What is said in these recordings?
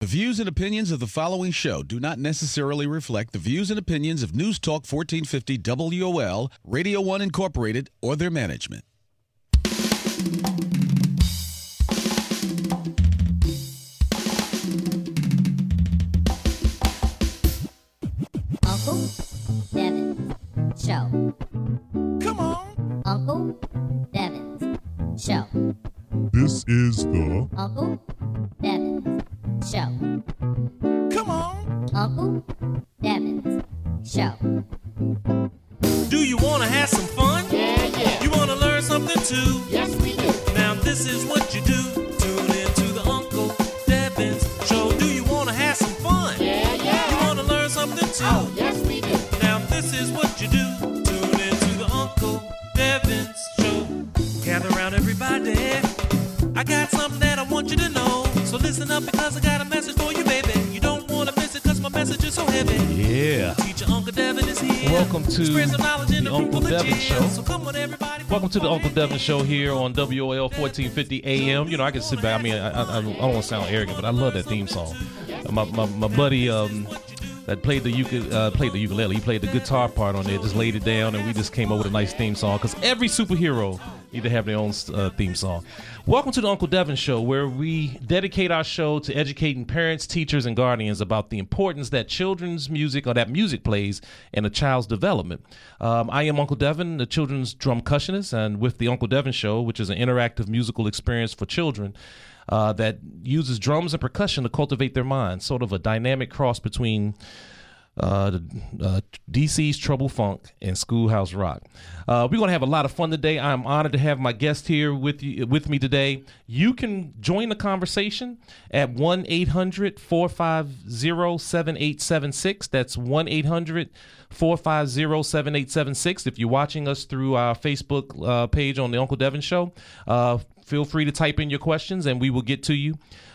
The views and opinions of the following show do not necessarily reflect the views and opinions of News Talk 1450 WOL, Radio 1 Incorporated, or their management. Uncle Devin's show. Come on. Uncle Devin's show. This is the Uncle Devin's show. Come on. Uncle Devin's show. Do you want to have some fun? Yeah, yeah. You want to learn something too? Yes, we do. Now, this is what you do. Tune in to the Uncle Devin's show. Do you want to have some fun? Yeah, yeah. You want to learn something too? Oh, Yes, we do. Now, this is what you do. Tune in to the Uncle Devin's show. Gather around, everybody. I got something that I want you to know. So listen up because I got a message for you, baby. You don't want to miss it because my message is so heavy. Yeah. Teacher Uncle Devin is here. Welcome to Spread some knowledge in the the Uncle people of Devin jail. Show. So come on, everybody. Welcome to the Uncle Devin Show here on WOL 1450 AM. You know, I can sit back. I mean, I, I, I don't want to sound arrogant, but I love that theme song. My, my, my buddy um, that played the uku, uh, played the ukulele, he played the guitar part on there, just laid it down, and we just came up with a nice theme song because every superhero need to have their own uh, theme song. Welcome to the Uncle Devin Show, where we dedicate our show to educating parents, teachers, and guardians about the importance that children's music or that music plays in a child's development. Um, I am Uncle Devin, the children's drum cushionist, and with the Uncle Devin Show, which is an interactive musical experience for children. Uh, that uses drums and percussion to cultivate their minds, sort of a dynamic cross between uh, the, uh, DC's Trouble Funk and Schoolhouse Rock. Uh, we're gonna have a lot of fun today. I'm honored to have my guest here with you, with me today. You can join the conversation at 1-800-450-7876. That's 1-800-450-7876. If you're watching us through our Facebook uh, page on the Uncle Devin Show, uh, feel free to type in your questions and we will get to you.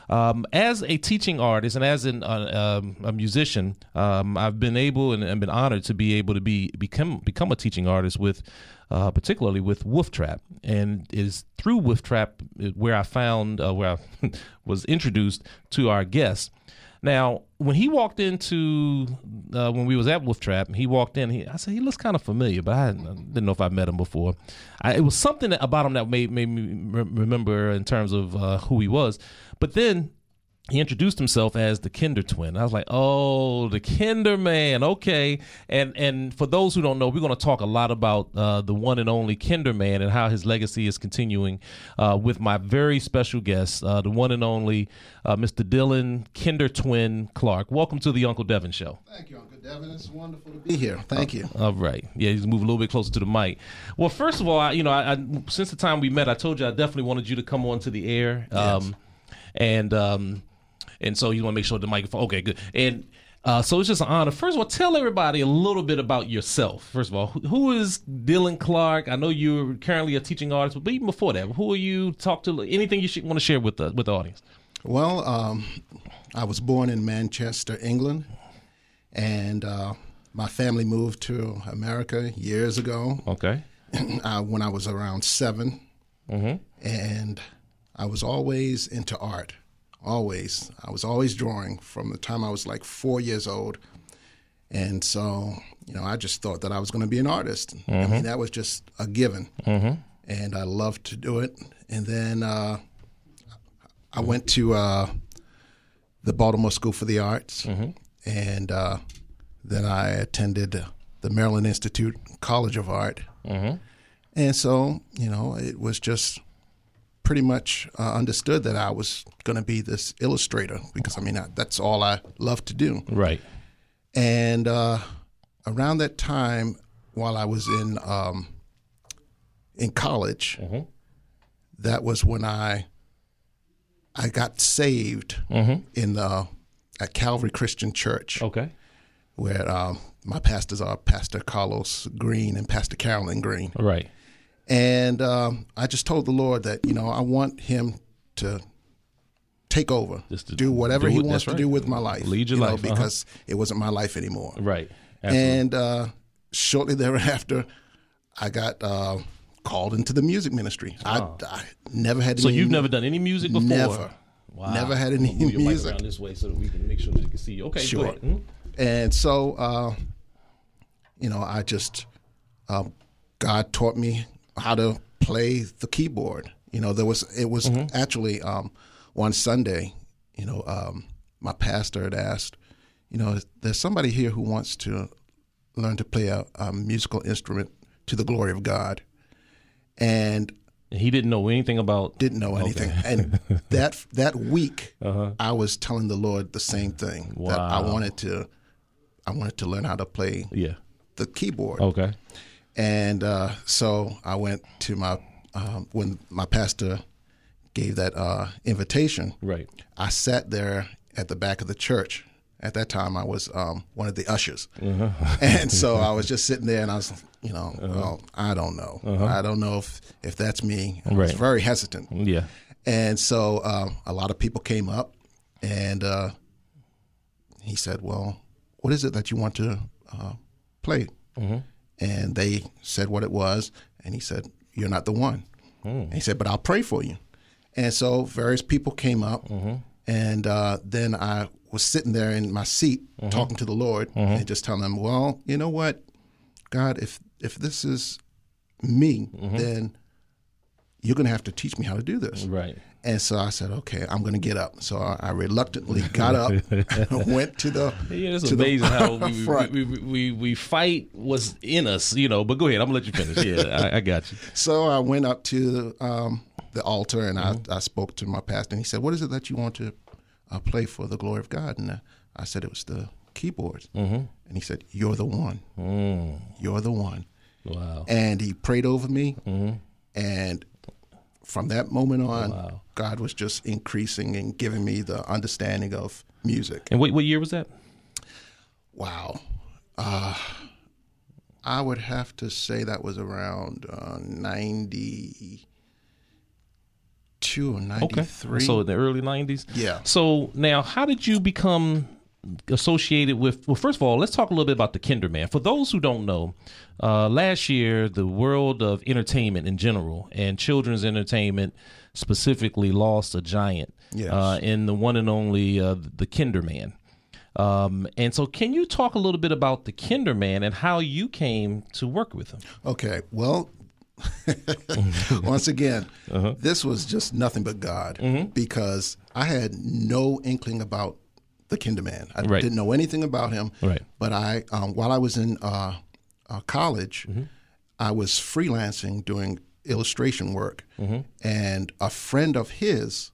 Um, as a teaching artist and as an, uh, um, a musician, um, I've been able and, and been honored to be able to be become become a teaching artist with, uh, particularly with Wolf Trap, and it is through Wolf Trap where I found uh, where I was introduced to our guest. Now, when he walked into uh, when we was at Wolf Trap, he walked in. He, I said he looks kind of familiar, but I, hadn't- I didn't know if I met him before. I, it was something that, about him that made made me re- remember in terms of uh, who he was. But then he introduced himself as the Kinder Twin. I was like, "Oh, the Kinder Man, okay." And and for those who don't know, we're going to talk a lot about uh, the one and only Kinder Man and how his legacy is continuing uh, with my very special guest, uh, the one and only uh, Mr. Dylan Kinder Twin Clark. Welcome to the Uncle Devin Show. Thank you, Uncle Devin. It's wonderful to be here. Thank you. All right. Yeah, you can move a little bit closer to the mic. Well, first of all, I, you know, I, I, since the time we met, I told you I definitely wanted you to come onto the air. Um, And um, and so you want to make sure the microphone. Okay, good. And uh, so it's just an honor. First of all, tell everybody a little bit about yourself. First of all, who, who is Dylan Clark? I know you're currently a teaching artist, but even before that, who are you? Talk to anything you should want to share with the with the audience. Well, um, I was born in Manchester, England, and uh, my family moved to America years ago Okay. uh, when I was around 7 And I was always into art, always. I was always drawing from the time I was like four years old. And so, you know, I just thought that I was going to be an artist. I mean, that was just a given. And I loved to do it. And then uh, I went to uh, the Baltimore School for the Arts. And uh, then I attended the Maryland Institute College of Art. And so, you know, it was just pretty much uh, understood that I was going to be this illustrator because, I mean, I, that's all I love to do. Right. And uh, around that time, while I was in um, in college, that was when I I got saved in the at Calvary Christian Church, Okay. where um, my pastors are Pastor Carlos Green and Pastor Carolyn Green. All right. And um, I just told the Lord that, you know, I want him to take over, Just to do whatever do he it- wants that's to do right. with my life. Lead your you know, life, uh-huh. because it wasn't my life anymore. Right. And uh, shortly thereafter, I got uh, called into the music ministry. I, I never had Ah. so any- you've never done any music before. Never. Wow. Never had any Move your mic music. around this way so that we can make sure that they can see you. Okay, Sure. Go ahead. Mhm. And so, uh, you know, I just, uh, God taught me how to play the keyboard. You know, there was, it was Mm-hmm. actually um, one Sunday, you know, um, my pastor had asked, you know, there's somebody here who wants to learn to play a, a musical instrument to the glory of God. And And He didn't know anything about. didn't know anything. And that that week, I was telling the Lord the same thing that I Uh-huh. Wow. wanted to, I wanted to learn how to play Yeah. the keyboard. Okay. And uh, so I went to my um, when my pastor gave that uh, invitation. Right. I sat there at the back of the church. At that time, I was um, one of the ushers, Uh-huh. and so I was just sitting there, and I was, you know, well, I don't know, I don't know if if that's me. I was Uh-huh. Right. very hesitant. Yeah. And so uh, a lot of people came up, and uh, he said, "Well, what is it that you want to uh, play?" And they said what it was, and he said, "You're not the one." And he said, "But I'll pray for you." And so various people came up, and uh, then I was sitting there in my seat talking to the Lord and just telling him, "Well, you know what, God, if if this is me, then you're going to have to teach me how to do this." Right. And so I said, okay, I'm going to get up. So I, I reluctantly got up, went to the. Yeah, it's to the amazing how we front. we, we, we we fight what's in us, you know. But go ahead, I'm gonna let you finish. Yeah, I, I got you. So I went up to um, the altar and Mm-hmm. I, I spoke to my pastor, and he said, "What is it that you want to uh, play for the glory of God?" And I, I said, "It was the keyboards." Mm-hmm. And he said, "You're the one. You're the one." Mm. Wow. Mm-hmm. And he prayed over me, and from that moment on, God was just increasing and giving me the understanding of music. And wait, what year was that? Wow. Uh, I would have to say that was around uh, 92 or 93. So in the early '90s. Yeah. So now, how did you become associated with? Well, first of all, let's talk a little bit about the Kinderman. For those who don't know, uh, last year the world of entertainment in general and children's entertainment specifically lost a giant. Yes. Uh, in the one and only uh, the Kinderman. Um, and so, can you talk a little bit about the Kinderman and how you came to work with him? Okay. Well, once again, Uh-huh. this was just nothing but God Mm-hmm. because I had no inkling about the Kinderman. I Right. didn't know anything about him. Right. But I, um, while I was in uh, uh, college, Mm-hmm. I was freelancing doing illustration work, Mm-hmm. and a friend of his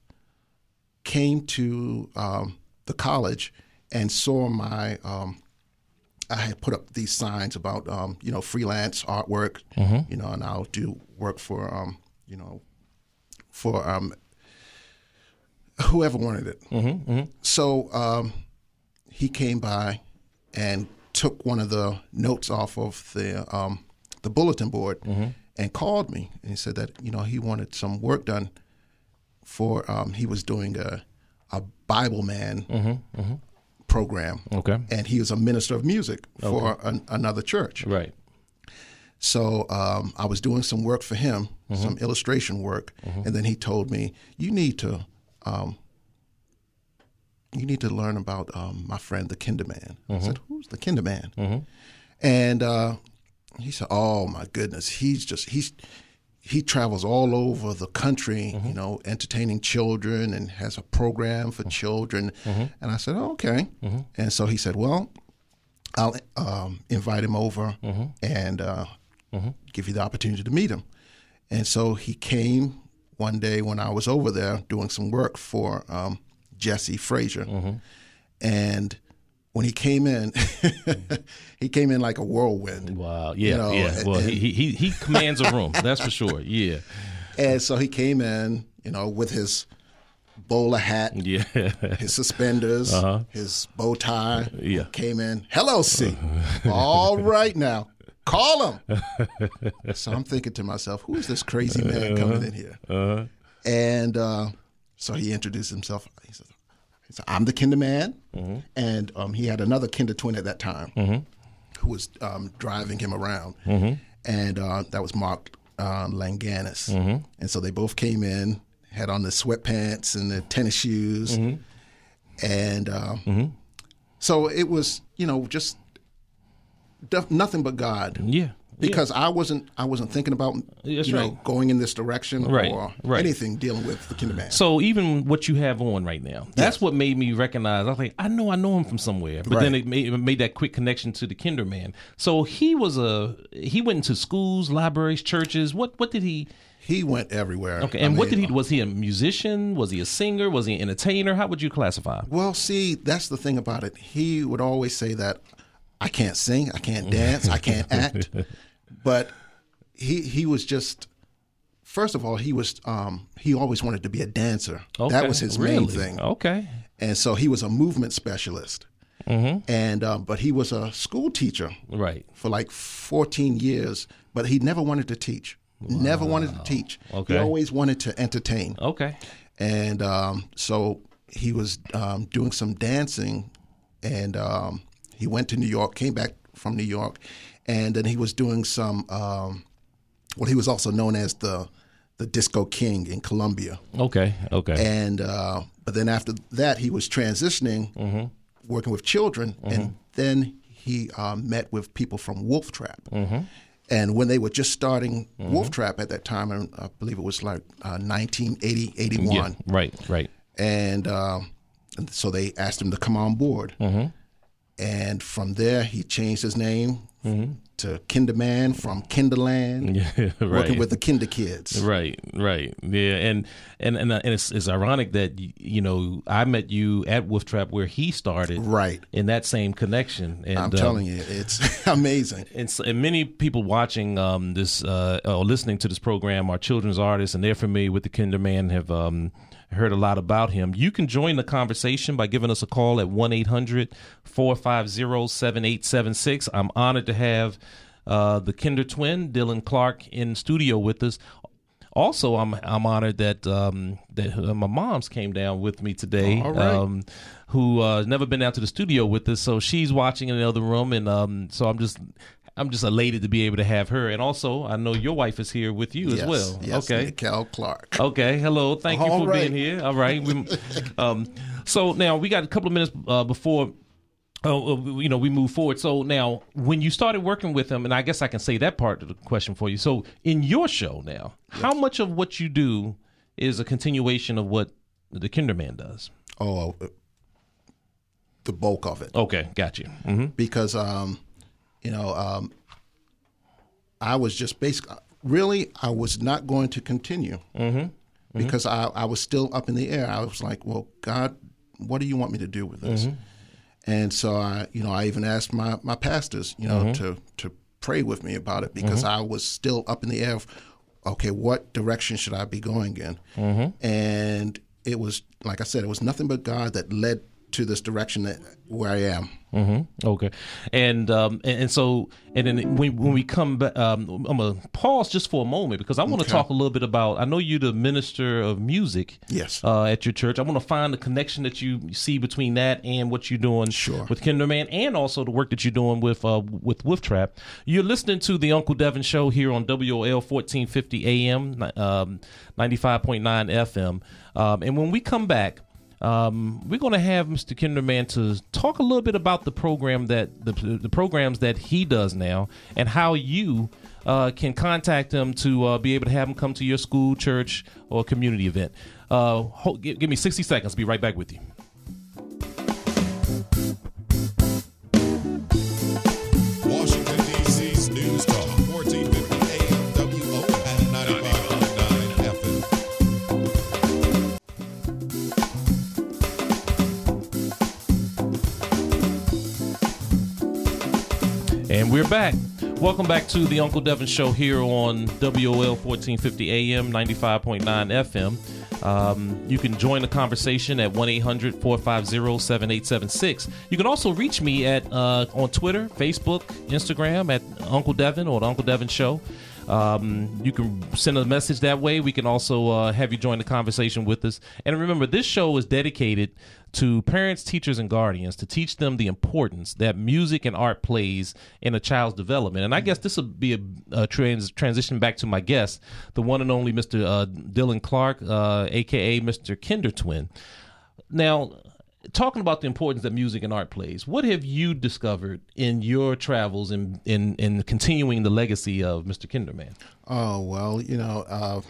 came to um, the college and saw my um, I had put up these signs about um, you know freelance artwork, you know, and I'll do work for um, you know for um, whoever wanted it. So um, he came by and took one of the notes off of the um, the bulletin board and called me and he said that you know he wanted some work done for um, he was doing a a Bible man program Okay. and he was a minister of music for an, another church. Right. So um, I was doing some work for him, some illustration work, and then he told me, "You need to, um, you need to learn about um, my friend the Kinderman." I said, "Who's the Kinderman?" And uh, he said, "Oh my goodness, he's just he's." He travels all over the country, you know, entertaining children and has a program for children. And I said, oh, okay. And so he said, well, I'll um, invite him over and uh, give you the opportunity to meet him. And so he came one day when I was over there doing some work for um, Jesse Frazier. And when he came in, he came in like a whirlwind. Wow. Yeah. You know, yeah. Well, and- he, he he he commands a room. That's for sure. Yeah. And so he came in, you know, with his bowler hat, Yeah. Uh-huh. his suspenders, his bow tie. Yeah. Came in. Hello, C. All right now. Call him. so I'm thinking to myself, who is this crazy man coming in here? And uh, so he introduced himself. He says, he said, I'm the Kinder Man. And um, he had another Kinder twin at that time who was um, driving him around. um, And uh, that was Mark uh, Langanis. And so they both came in, had on the sweatpants and the tennis shoes, and uh, so it was you know just def- nothing but God. Yeah. Because I wasn't, I wasn't thinking about That's you know right. going in this direction Right, or right. anything dealing with the Kinder Band. So even what you have on right now, that's what made me recognize. I was like, I know I know him from somewhere, but then Right. it made, it made that quick connection to the Kinderman. So he was a he went into schools, libraries, churches. What what did he? he went everywhere. Okay, I and what mean, uh, did he? Was he a musician? Was he a singer? Was he an entertainer? How would you classify him? Well, see, that's the thing about it. He would always say that I can't sing, I can't dance, I can't act. But he he was just first of all, he was um he always wanted to be a dancer. That Okay, was his main really? Oh. thing. Okay, And so he was a movement specialist. Mm-hmm. And um, but he was a school teacher right. for like 14 years, but he never wanted to teach. Never wanted to teach. Okay. He always wanted to entertain Okay, and um, so he was um, doing some dancing, and um, he went to New York, came back from New York, and then he was doing some. Um, well, he was also known as the the disco king in Colombia, okay, okay. and uh, but then after that, he was transitioning, Mm-hmm. working with children, and then he uh, met with people from Wolf Trap. Mm-hmm. And when they were just starting Wolf Trap at that time, and I believe it was like uh, 1980, 81 yeah, right, right. and um, and so they asked him to come on board. Mm-hmm. And from there, he changed his name Mm-hmm. to Kinderman from Kinderland, right. working with the Kinder Kids. Right, right, yeah, and and and, uh, and it's, it's ironic that y- you know I met you at Wolf Trap where he started, Right. in that same connection. And I'm uh, telling you, it's amazing. and, s- and many people watching um, this uh, or listening to this program are children's artists, and they're familiar with the Kinderman, have um, heard a lot about him. You can join the conversation by giving us a call at 1 800 450 7876. I'm honored to have uh, the Kinder twin, Dylan Clark, in studio with us. Also, I'm I'm honored that um, that uh, my mom's came down with me today. All right. Um, who uh, has never been out to the studio with us, so she's watching in the other room, and um, so I'm just. I'm just elated to be able to have her, and also I know your wife is here with you as well. yes, okay, Oh. Cal Clark. Okay. Hello. Thank you All for right. being here. All right. We, um, so now we got a couple of minutes uh, before. Oh, uh, you know, we move forward. So now, when you started working with him, and I guess I can say that part of the question for you. So, in your show now, how much of what you do is a continuation of what the Kinderman does? Oh, uh, the bulk of it. Okay, got you. hmm because um, you know um, I was just basically really I was not going to continue because I, I was still up in the air. I was like, well, God, what do you want me to do with this? And so I you know I even asked my my pastors you know to to pray with me about it because I was still up in the air. of, Okay, what direction should I be going in? And it was like I said, it was nothing but God that led to this direction that where I am. Mm-hmm. Okay, and um, and, and so and then when when we come back, um, I'm gonna pause just for a moment because I want to talk a little bit about. I know you're the minister of music. Yes. Uh, at your church, I want to find the connection that you see between that and what you're doing Sure. with Kinderman, and also the work that you're doing with uh, with Wolf Trap. You're listening to the Uncle Devin Show here on WOL 1450 AM, ni- um, 95.9 FM, um, and when we come back. Um, we're going to have Mr. Kinderman to talk a little bit about the program that the, the programs that he does now, and how you uh, can contact him to uh, be able to have him come to your school, church, or community event. Uh, ho- give, give me sixty seconds. Be right back with you. Washington, D.C.'s News Talk, 1450 AM, oh WOL 95.9 FM. And we're back. Welcome back to the Uncle Devin Show here on WOL 1450 AM, 95.9 FM. Um, you can join the conversation at 1 800 450 7876. You can also reach me at uh, on Twitter, Facebook, Instagram at Uncle Devin or the Uncle Devin Show. Um, you can send a message that way. We can also uh, have you join the conversation with us. And remember, this show is dedicated to parents, teachers, and guardians to teach them the importance that music and art plays in a child's development. And I guess this will be a, a trans- transition back to my guest, the one and only Mr. Uh, Dylan Clark, uh, aka Mr. Kinder Twin. Now, talking about the importance that music and art plays, what have you discovered in your travels in in, in continuing the legacy of Mr. Kinderman? Oh well, you know, uh,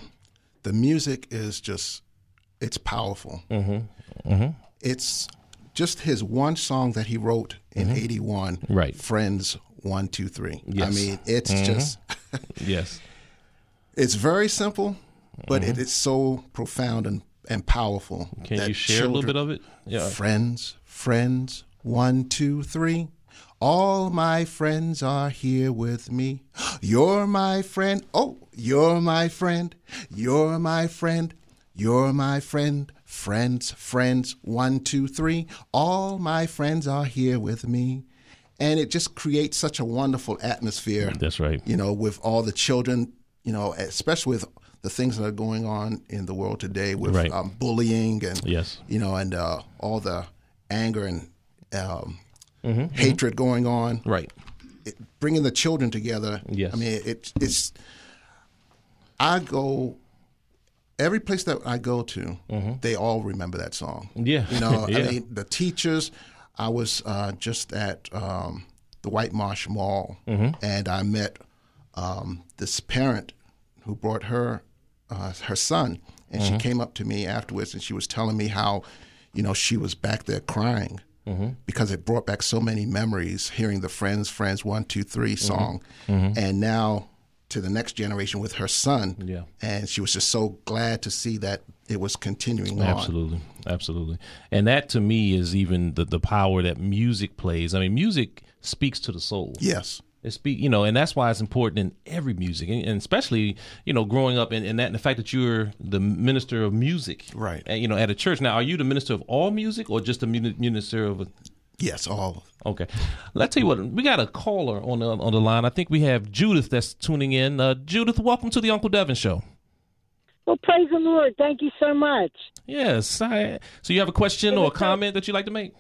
the music is just—it's powerful. Mm-hmm. Mm-hmm. It's just his one song that he wrote in '81, Right. Friends one, two, three. I Yes. mean, it's just—it's Yes. very simple, but it is so profound and and powerful. Mm-hmm. Can that you share a little bit of it? Yeah. Friends, friends, one, two, three. All my friends are here with me. You're my friend. Oh, you're my friend. You're my friend. You're my friend. Friends, friends, one, two, three. All my friends are here with me. And it just creates such a wonderful atmosphere. That's right. You know, with all the children, you know, especially with the things that are going on in the world today with Right. um, bullying and Yes. you know, and uh, all the anger and um, hatred going on, Mm-hmm. Right. it, bringing the children together. Yes. I mean, it, it's. I go every place that I go to, they all remember that song. Mm-hmm. Yeah. you know, Yeah. I mean, the teachers. I was uh, just at um, the White Marsh Mall, Mm-hmm. and I met um, this parent who brought her uh, her son, and Mm-hmm. she came up to me afterwards, and she was telling me how, you know, she was back there crying Mm-hmm. because it brought back so many memories hearing the Friends, Friends One Two Three Mm-hmm. song, and now to the next generation with her son. Yeah. and she was just so glad to see that it was continuing on. Absolutely, absolutely, and that to me is even the the power that music plays. I mean, music speaks to the soul. Yes. It speak, you know, and that's why it's important in every music, and, and especially you know, growing up in, in that, and the fact that you're the minister of music, Right. And, you know, at a church. Now, are you the minister of all music, or just the muni- minister of? Yes, all. Okay, let's tell you what. We got a caller on the on the line. I think we have Judith that's tuning in. Uh, Judith, welcome to the Uncle Devin Show. Well, praise the Lord. Thank you so much. Yes, I, so you have a question or a comment that you'd like to make?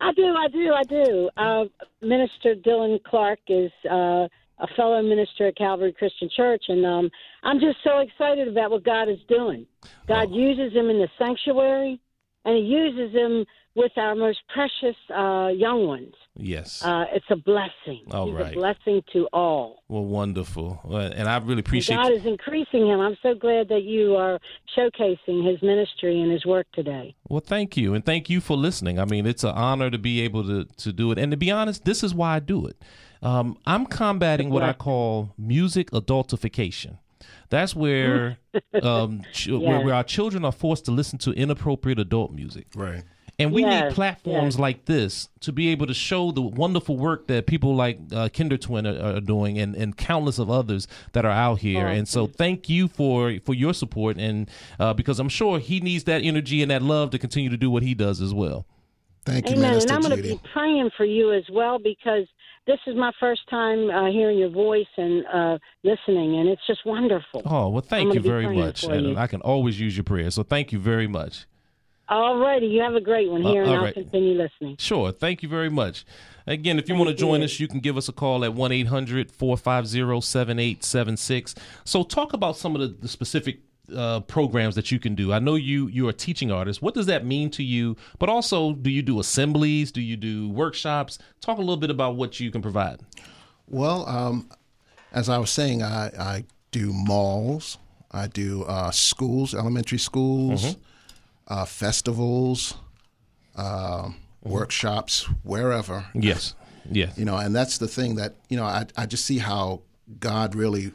I do, I do, I do. Uh, minister Dylan Clark is uh, a fellow minister at Calvary Christian Church, and um, I'm just so excited about what God is doing. Oh. God uses him in the sanctuary, and he uses him with our most precious uh, young ones. Yes. Uh, it's a blessing. All He's right. a blessing to all. Well, wonderful, Uh, and I really And appreciate. God is increasing him. I'm so glad that you are showcasing his ministry and his work today. Well, thank you, and thank you for listening. I mean, it's an honor to be able to to do it, and to be honest, this is why I do it. Um, I'm combating what I call music adultification. That's where um, ch- where, where our children are forced to listen to inappropriate adult music. Right. And we need Yes, platforms yes. like this to be able to show the wonderful work that people like uh, Kinder Twin are, are doing and, and countless of others that are out here. And so Oh, thank you for, for your support and uh, because I'm sure he needs that energy and that love to continue to do what he does as well. Thank you, Amen. And Minister I'm going to Judy. be praying for you as well because this is my first time uh, hearing your voice and uh, listening, and it's just wonderful. Oh, well, thank gonna you be very praying much. for And you. I can always use your prayers. So thank you very much. All righty. You have a great one Uh, here, and all I'll right. continue listening. Sure. Thank you very much. Again, if you want to join us, you can give us a call at 1 800 450 7876. So, talk about some of the, the specific uh, programs that you can do. I know you you're a teaching artist. What does that mean to you? But also, do you do assemblies? Do you do workshops? Talk a little bit about what you can provide. Well, um, as I was saying, I, I do malls, I do uh, schools, elementary schools, uh, festivals, um workshops, wherever. Yes. Yes. You know, and that's the thing that, you know, I, I just see how God really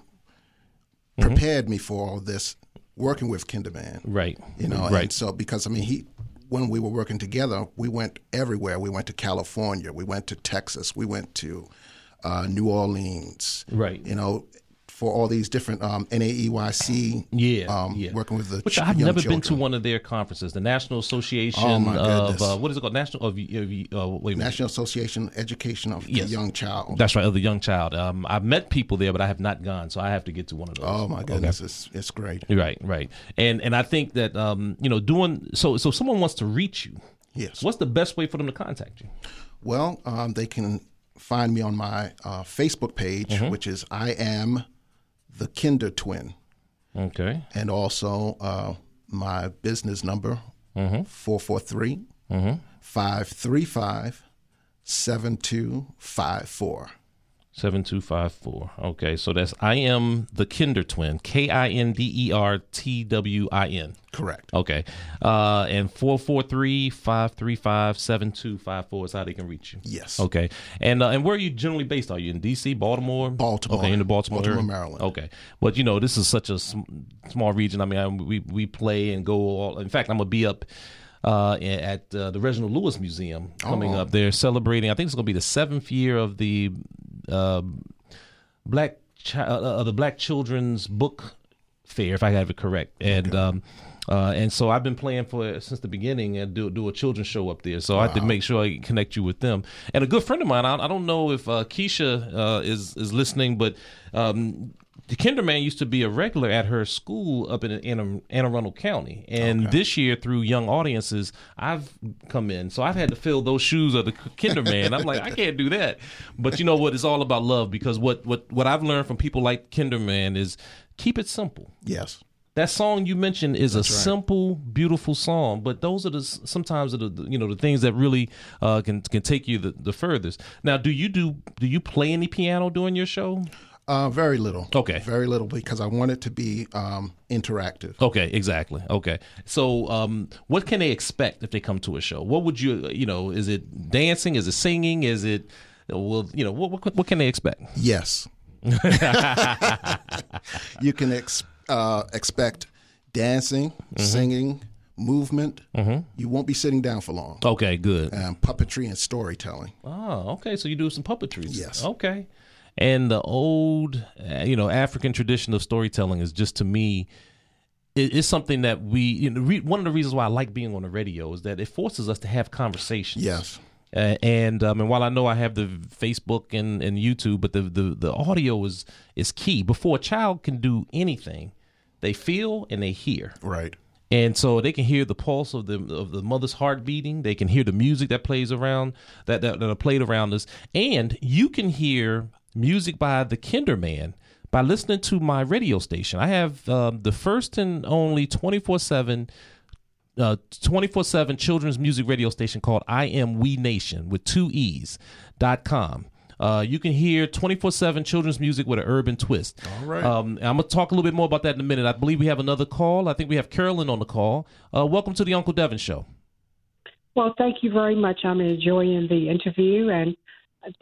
prepared me for all this working with Kinderman. Right. You know, Right. and so because I mean he when we were working together, we went everywhere. We went to California, we went to Texas, we went to uh, New Orleans. Right. You know, for all these different um, NAEYC. Yeah, um, yeah. working with the Which ch- I've young never been to children. one of their conferences. The National Association Oh, my of goodness. uh, what is it called? National of, of uh, wait a minute. National Association Education of Yes. the Young Child. That's right, of the young child. Um, I've met people there, but I have not gone, so I have to get to one of those. oh my goodness, it's it's great. Right, right, and and I think that um, you know, doing so. So someone wants to reach you. Yes. What's the best way for them to contact you? Well, um, they can find me on my uh, Facebook page, Mm-hmm. which is I am the Kinder Twin, Okay. and also uh, my business number four four three five three five seven two five four. Seven two five four. Okay, so that's I am the Kinder Twin. K I N D E R T W I N. Correct. Okay, uh, and four four three five three five seven two five four is how they can reach you. Yes. Okay, and uh, and where are you generally based? Are you in D.C., Baltimore, Baltimore. Okay, in the Baltimore, Baltimore, area? Maryland. Okay, but you know this is such a sm- small region. I mean, I, we we play and go all. In fact, I'm gonna be up. Uh, at uh, the Reginald Lewis Museum Oh, coming up, they're celebrating. I think it's going to be the seventh year of the uh, Black chi- uh, uh, the Black Children's Book Fair, if I have it correct, and um, uh, and so I've been playing for since the beginning and do do a children's show up there. So I have to make sure I connect you with them. And a good friend of mine, I, I don't know if uh, Keisha uh, is is listening, but. Um, the Kinderman used to be a regular at her school up in Anne, Anne Arundel County, and this year through young audiences, I've come in, so I've had to fill those shoes of the Kinderman. I'm like, I can't do that, but you know what? It's all about love because what what what I've learned from people like Kinderman is keep it simple. Yes. That song you mentioned is a simple, beautiful song, but those are the s- sometimes are the the, you know the things that really uh, can can take you the, the furthest. Now, do you do do you play any piano during your show? Uh, very little. Okay. Very little because I want it to be um, interactive. Okay, exactly. Okay, so um, what can they expect if they come to a show? What would you you know? Is it dancing? Is it singing? Is it well, you know, what what, what can they expect? Yes. you can ex- uh, expect dancing, singing, movement. You won't be sitting down for long. Okay, good. Um, puppetry and storytelling. Oh, okay. So you do some puppetry. Yes. Okay. And the old, uh, you know, African tradition of storytelling is just to me, it, it's something that we. You know, re, one of the reasons why I like being on the radio is that it forces us to have conversations. Yes. Uh, and um, and while I know I have the Facebook and, and YouTube, but the, the the audio is is key. Before a child can do anything, they feel and they hear Right. and so they can hear the pulse of the of the mother's heart beating. They can hear the music that plays around that that, that are played around us, and you can hear music by the Kinderman by listening to my radio station. I have um, the first and only twenty four seven. 24 7 uh, children's music radio station called I Am We Nation with two E's dot com. Uh, you can hear 24 7 children's music with an urban twist. All right. Um, I'm going to talk a little bit more about that in a minute. I believe we have another call. I think we have Carolyn on the call. Uh, welcome to the Uncle Devin Show. Well, thank you very much. I'm enjoying the interview, and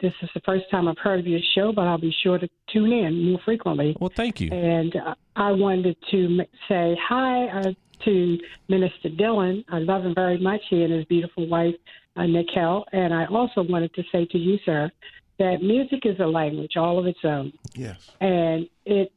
this is the first time I've heard of your show, but I'll be sure to tune in more frequently. Well, thank you. And uh, I wanted to m- say hi uh, to Minister Dillon. I love him very much. He and his beautiful wife, uh, Nicole. And I also wanted to say to you, sir, that music is a language all of its own Yes. and it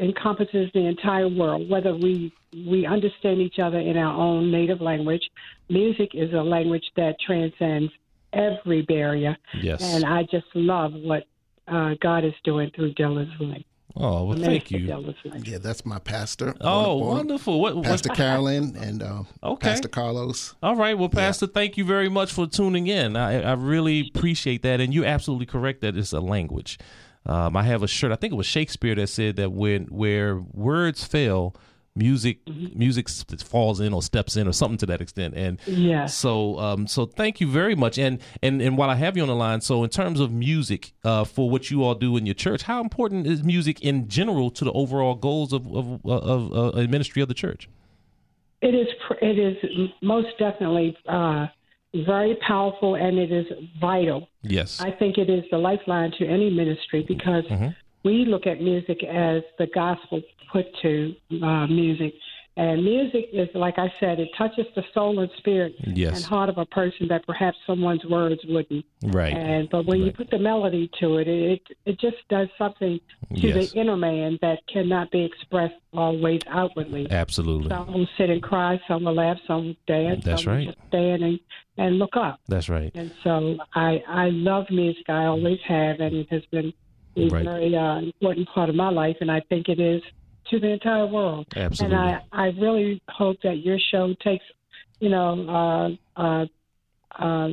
encompasses the entire world. Whether we we understand each other in our own native language, music is a language that transcends every barrier. Yes. And I just love what uh, God is doing through Dylan's life. Oh, well, thank Minister you. Dylan's life. Yeah, that's my pastor. Oh, Bona- Bona- wonderful. What, what, Pastor Carolyn and um, Okay. Pastor Carlos. All right. Well, Pastor, thank you very much for tuning in. I, I really appreciate that. And you're absolutely correct that it's a language. Um, I have a shirt. I think it was Shakespeare that said that when where words fail, music Mm-hmm. music s- falls in or steps in or something to that extent. And Yes. so um, so thank you very much. And and and while I have you on the line, so in terms of music uh, for what you all do in your church, how important is music in general to the overall goals of of of, of uh, ministry of the church? It is. pr- It is most definitely uh, very powerful, and it is vital. Yes. I think it is the lifeline to any ministry Mm-hmm. because we look at music as the gospel put to uh, music, And music is, like I said, it touches the soul and spirit Yes. and heart of a person that perhaps someone's words wouldn't. Right. And but when you put the melody to it, it it just does something to Yes. the inner man that cannot be expressed always outwardly. Absolutely. Some will sit and cry, some will laugh, some will dance. That's some will right. Just stand and, and look up. That's right. And so I I love music. I always have, and it has been a Right. very uh, important part of my life, and I think it is to the entire world. Absolutely. And I I really hope that your show takes, you know, uh, uh, uh,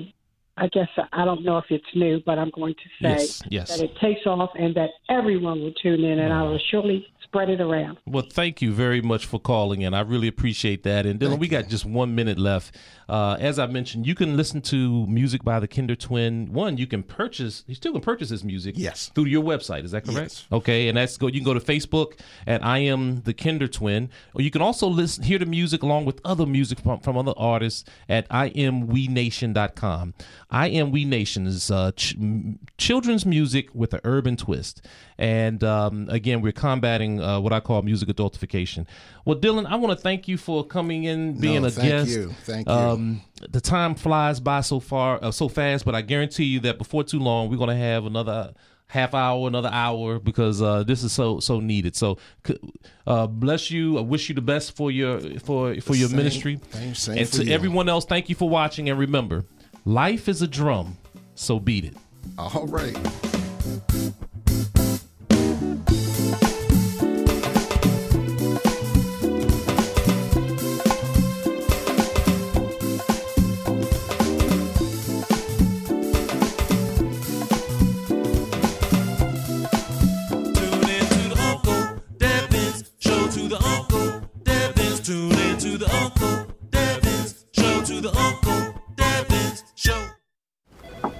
I guess I don't know if it's new, but I'm going to say Yes, yes. that it takes off, and that everyone will tune in, and I will surely spread it around. Well, thank you very much for calling in. I really appreciate that. And Dylan, we got just one minute left. Uh, as I mentioned, you can listen to music by the Kinder Twin. One, you can purchase. You still can purchase his music. Yes. Through your website, is that correct? Yes. Okay, and that's go. You can go to Facebook at I am the Kinder Twin, or you can also listen hear the music along with other music from, from other artists at I E am We Nation.com. I am We Nation is uh, ch- m- children's music with an urban twist, and um, again, we're combating uh, what I call music adultification. Well, Dylan, I want to thank you for coming in, being a No, Oh, thank guest. you. Thank you. Um, the time flies by so far, uh, so fast, but I guarantee you that before too long, we're gonna have another half hour, another hour, because uh, this is so so needed. So, c- uh, bless you. I wish you the best for your for for your Same- ministry. same- same and for to you. everyone else, thank you for watching, and remember, life is a drum, so beat it. All right. Tune in to the Uncle Devin's show to the Uncle Devin's. Tune in to the Uncle Devin's show to the Uncle